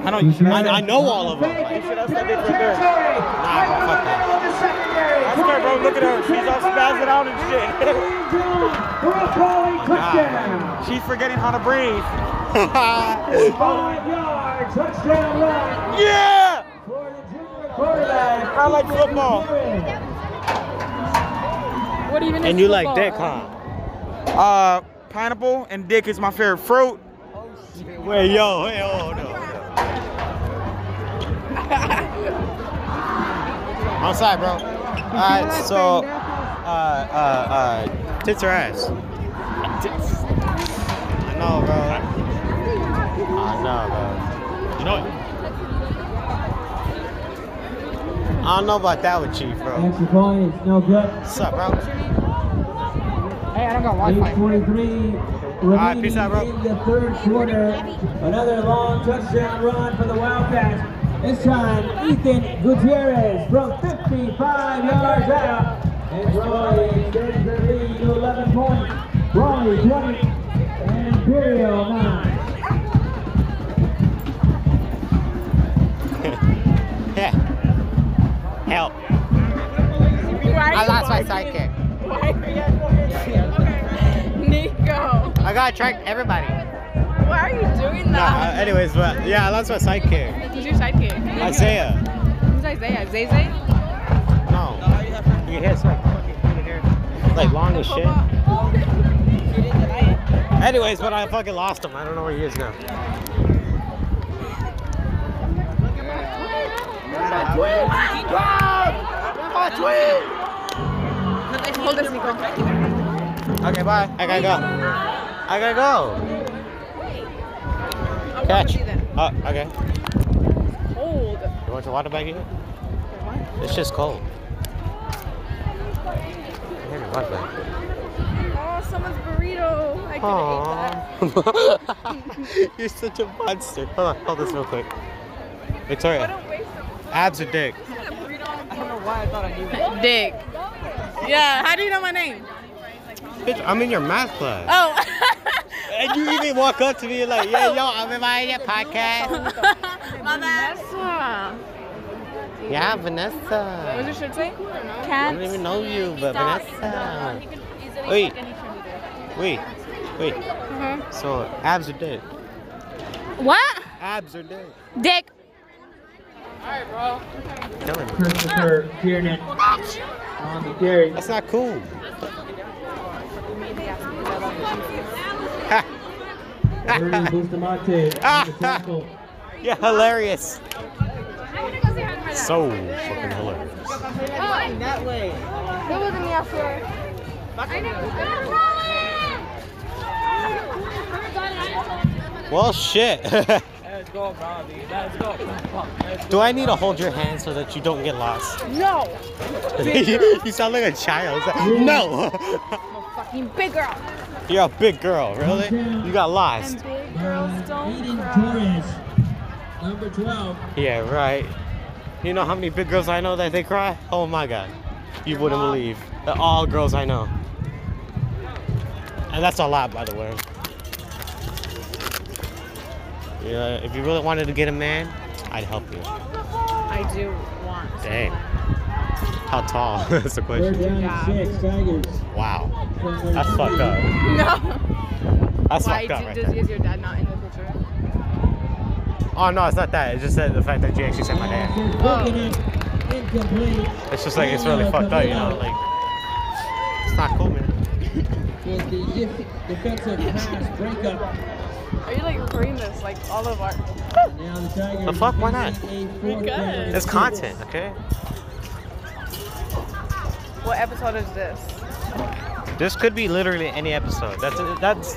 Speaker 5: I know you should.
Speaker 3: I, I know all of them. Like,
Speaker 5: should have that bitch right there.
Speaker 3: nah, bro, fuck that.
Speaker 5: I swear, bro, look at her. She's all spazzing out and shit.
Speaker 6: Green zone for a falling touchdown.
Speaker 5: She's forgetting how to breathe.
Speaker 6: Five yard touchdown run.
Speaker 5: Yeah!
Speaker 6: Quarterback.
Speaker 5: I like
Speaker 3: Oh.
Speaker 5: football.
Speaker 6: What even
Speaker 5: And you like dick, huh? Uh, pineapple and dick is my favorite fruit.
Speaker 3: Wait, yo, wait, hold
Speaker 5: on.
Speaker 3: I'm sorry, bro. Alright, so uh uh uh tits or ass? Tits. I know bro. I know bro. You know I don't know about that with Chief, bro.
Speaker 6: Extra point. It's no good.
Speaker 3: What's up, bro?
Speaker 10: Hey, I don't got Wi-Fi.
Speaker 6: 8:23 remaining
Speaker 3: peace out, bro.
Speaker 6: in the third quarter. Another long touchdown run for the Wildcats. This time, Ethan Gutierrez from 55 yards out. And Roy extends the lead to 11 points. Roy 20 and Imperial 9.
Speaker 3: Yeah. Help. I lost my sidekick.
Speaker 7: Nico,
Speaker 3: I gotta track everybody.
Speaker 7: why are you doing
Speaker 3: No,
Speaker 7: that?
Speaker 3: uh, anyways, but yeah, I lost my sidekick.
Speaker 2: Who's your sidekick?
Speaker 3: Isaiah.
Speaker 2: Who's Isaiah? Zay Zay?
Speaker 3: No. Your hair's like fucking your hair. Like long as shit. Anyways, but I fucking lost him. I don't know where he is now.
Speaker 7: Hold this, Nico.
Speaker 3: Okay, bye. I gotta go. I gotta go. Catch. Oh, okay.
Speaker 7: Hold.
Speaker 3: You want your water bag here? It's just cold. I hear your water bag.
Speaker 7: Oh, someone's burrito. I
Speaker 3: Aw. You're such a monster. Hold on, hold this real quick. Victoria, abs or dick?
Speaker 10: I don't know why I thought I knew that.
Speaker 2: Dick. Yeah, how do you know my name?
Speaker 3: Bitch, I'm in your math class.
Speaker 2: Oh.
Speaker 3: And you even walk up to me like, yeah, yo, I'm inviting your podcast.
Speaker 2: my bad.
Speaker 3: Yeah, Vanessa.
Speaker 2: What's your shirt say?
Speaker 3: I don't even know you, but Vanessa. Wait, wait, wait. So, abs or dick?
Speaker 2: What?
Speaker 3: Abs or dick?
Speaker 2: Dick.
Speaker 3: Killing me.
Speaker 6: Christopher Dearden on the carry.
Speaker 3: That's not cool.
Speaker 6: Rudy Bustamante on the tackle.
Speaker 3: You're hilarious. So fucking hilarious.
Speaker 10: That way.
Speaker 2: That wasn't me, I swear.
Speaker 3: Well, shit.
Speaker 10: Let's go, bro, dude. Let's go.
Speaker 3: Do I need to hold your hand so that you don't get lost?
Speaker 2: No.
Speaker 3: you you sound like a child. It's like, no.
Speaker 2: Fucking big girl.
Speaker 3: You're a big girl, really? You got lost.
Speaker 2: Big girls don't
Speaker 6: Torres, number 12.
Speaker 3: Yeah, right. You know how many big girls I know that they cry? Oh my god. You wouldn't believe. The all girls I know. And that's a lot, by the way. Yeah, if you really wanted to get a man, I'd help you.
Speaker 2: I do want.
Speaker 3: Dang. How tall? that's the
Speaker 6: Third
Speaker 3: question.
Speaker 6: down and six, Tigers.
Speaker 3: Wow. That's fucked up.
Speaker 2: No.
Speaker 3: That's
Speaker 2: Why
Speaker 3: fucked up right
Speaker 2: do,
Speaker 3: there.
Speaker 2: does, is your dad not in the picture?
Speaker 3: Oh no, it's not that. It's just that the fact that you actually said my name.
Speaker 6: Oh. Incomplete.
Speaker 3: It's just like it's really fucked up, you know. Like it's not cool, man.
Speaker 6: Is the Yiff- defensive pass breakup.
Speaker 2: Are you like recording this? Like all of our.
Speaker 6: Now the Tigers.
Speaker 3: The fuck? Why not?
Speaker 6: defending a fourth down and
Speaker 3: It's
Speaker 6: six.
Speaker 3: content, okay?
Speaker 2: What episode is this?
Speaker 3: This could be literally any episode. That's that's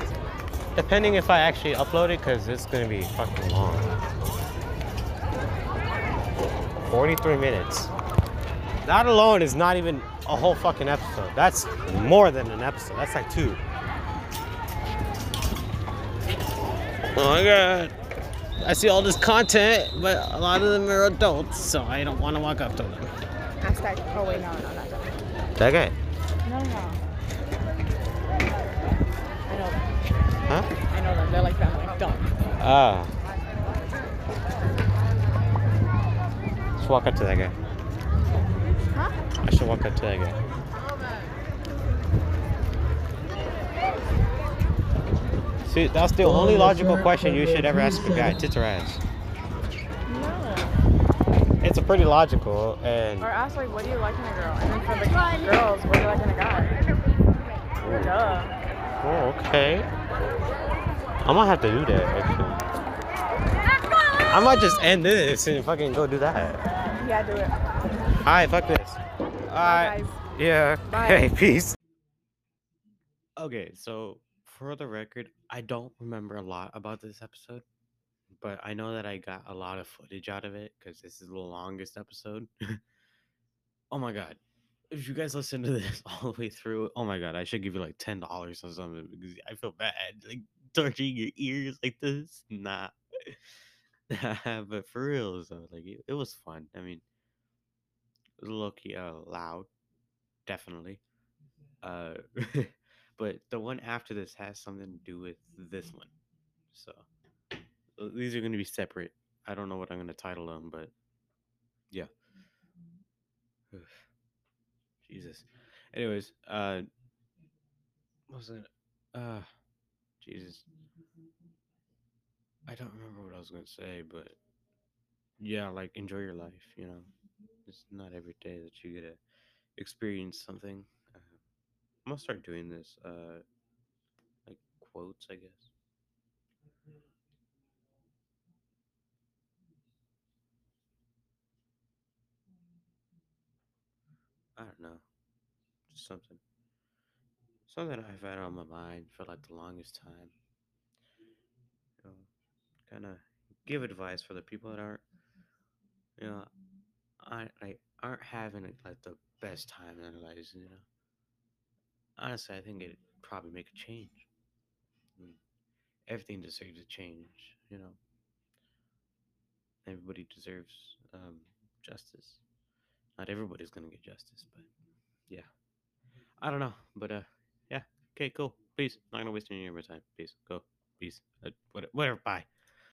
Speaker 3: depending if I actually upload it, cause it's gonna be fucking long. Forty-three minutes. That alone is not even a whole fucking episode. That's more than an episode. That's like two. Oh my god. I see all this content, but a lot of them are adults, so I don't want to walk up to them.
Speaker 2: Hashtag. Oh wait, no, no, not that.
Speaker 3: That guy.
Speaker 2: No, no. I know.
Speaker 3: Huh?
Speaker 2: I know them. They're like family. Don't.
Speaker 3: Ah. Just walk up to that guy. I should walk up to that guy. See, that's the only logical question you should ever ask a guy: tits or ass? It's a pretty logical and
Speaker 13: Or ask like, what do you like in a girl? And then for the girls, what do you like in a guy? Duh.
Speaker 3: Oh, okay. I might have to do that actually. I might just end this and fucking go do that.
Speaker 13: Yeah, do it.
Speaker 3: Alright, fuck this. Alright. Yeah.
Speaker 13: Bye.
Speaker 3: Hey, peace.
Speaker 1: Okay, so for the record, I don't remember a lot about this episode, but I know that I got a lot of footage out of it because this is the longest episode. oh my god. If you guys listen to this all the way through, oh my god, I should give you like ten dollars or something because I feel bad like torturing your ears like this. Nah, but for real, so like it, it was fun. I mean, it was low key uh, loud, definitely. Uh, but the one after this has something to do with this one. So uh, these are going to be separate. I don't know what I'm going to title them, but yeah. Oof. Jesus. Anyways, uh, what was it? Uh, Jesus. I don't remember what I was going to say, but yeah, like enjoy your life, you know. It's not every day that you get to experience something. Uh, I'm gonna start doing this, uh, like quotes, I guess. I don't know, just something, something I've had on my mind for like the longest time. You know, kind of give advice for the people that aren't, you know, aren't like aren't having like, like the best time in their lives. You know, honestly, I think it'd probably make a change. I mean, everything deserves a change. You know, everybody deserves um, justice. Not everybody's gonna get justice, but yeah, I don't know, but uh, yeah, okay, cool. Peace. Not gonna waste any of your time. Peace. Go. Peace. Uh, what- whatever. Bye.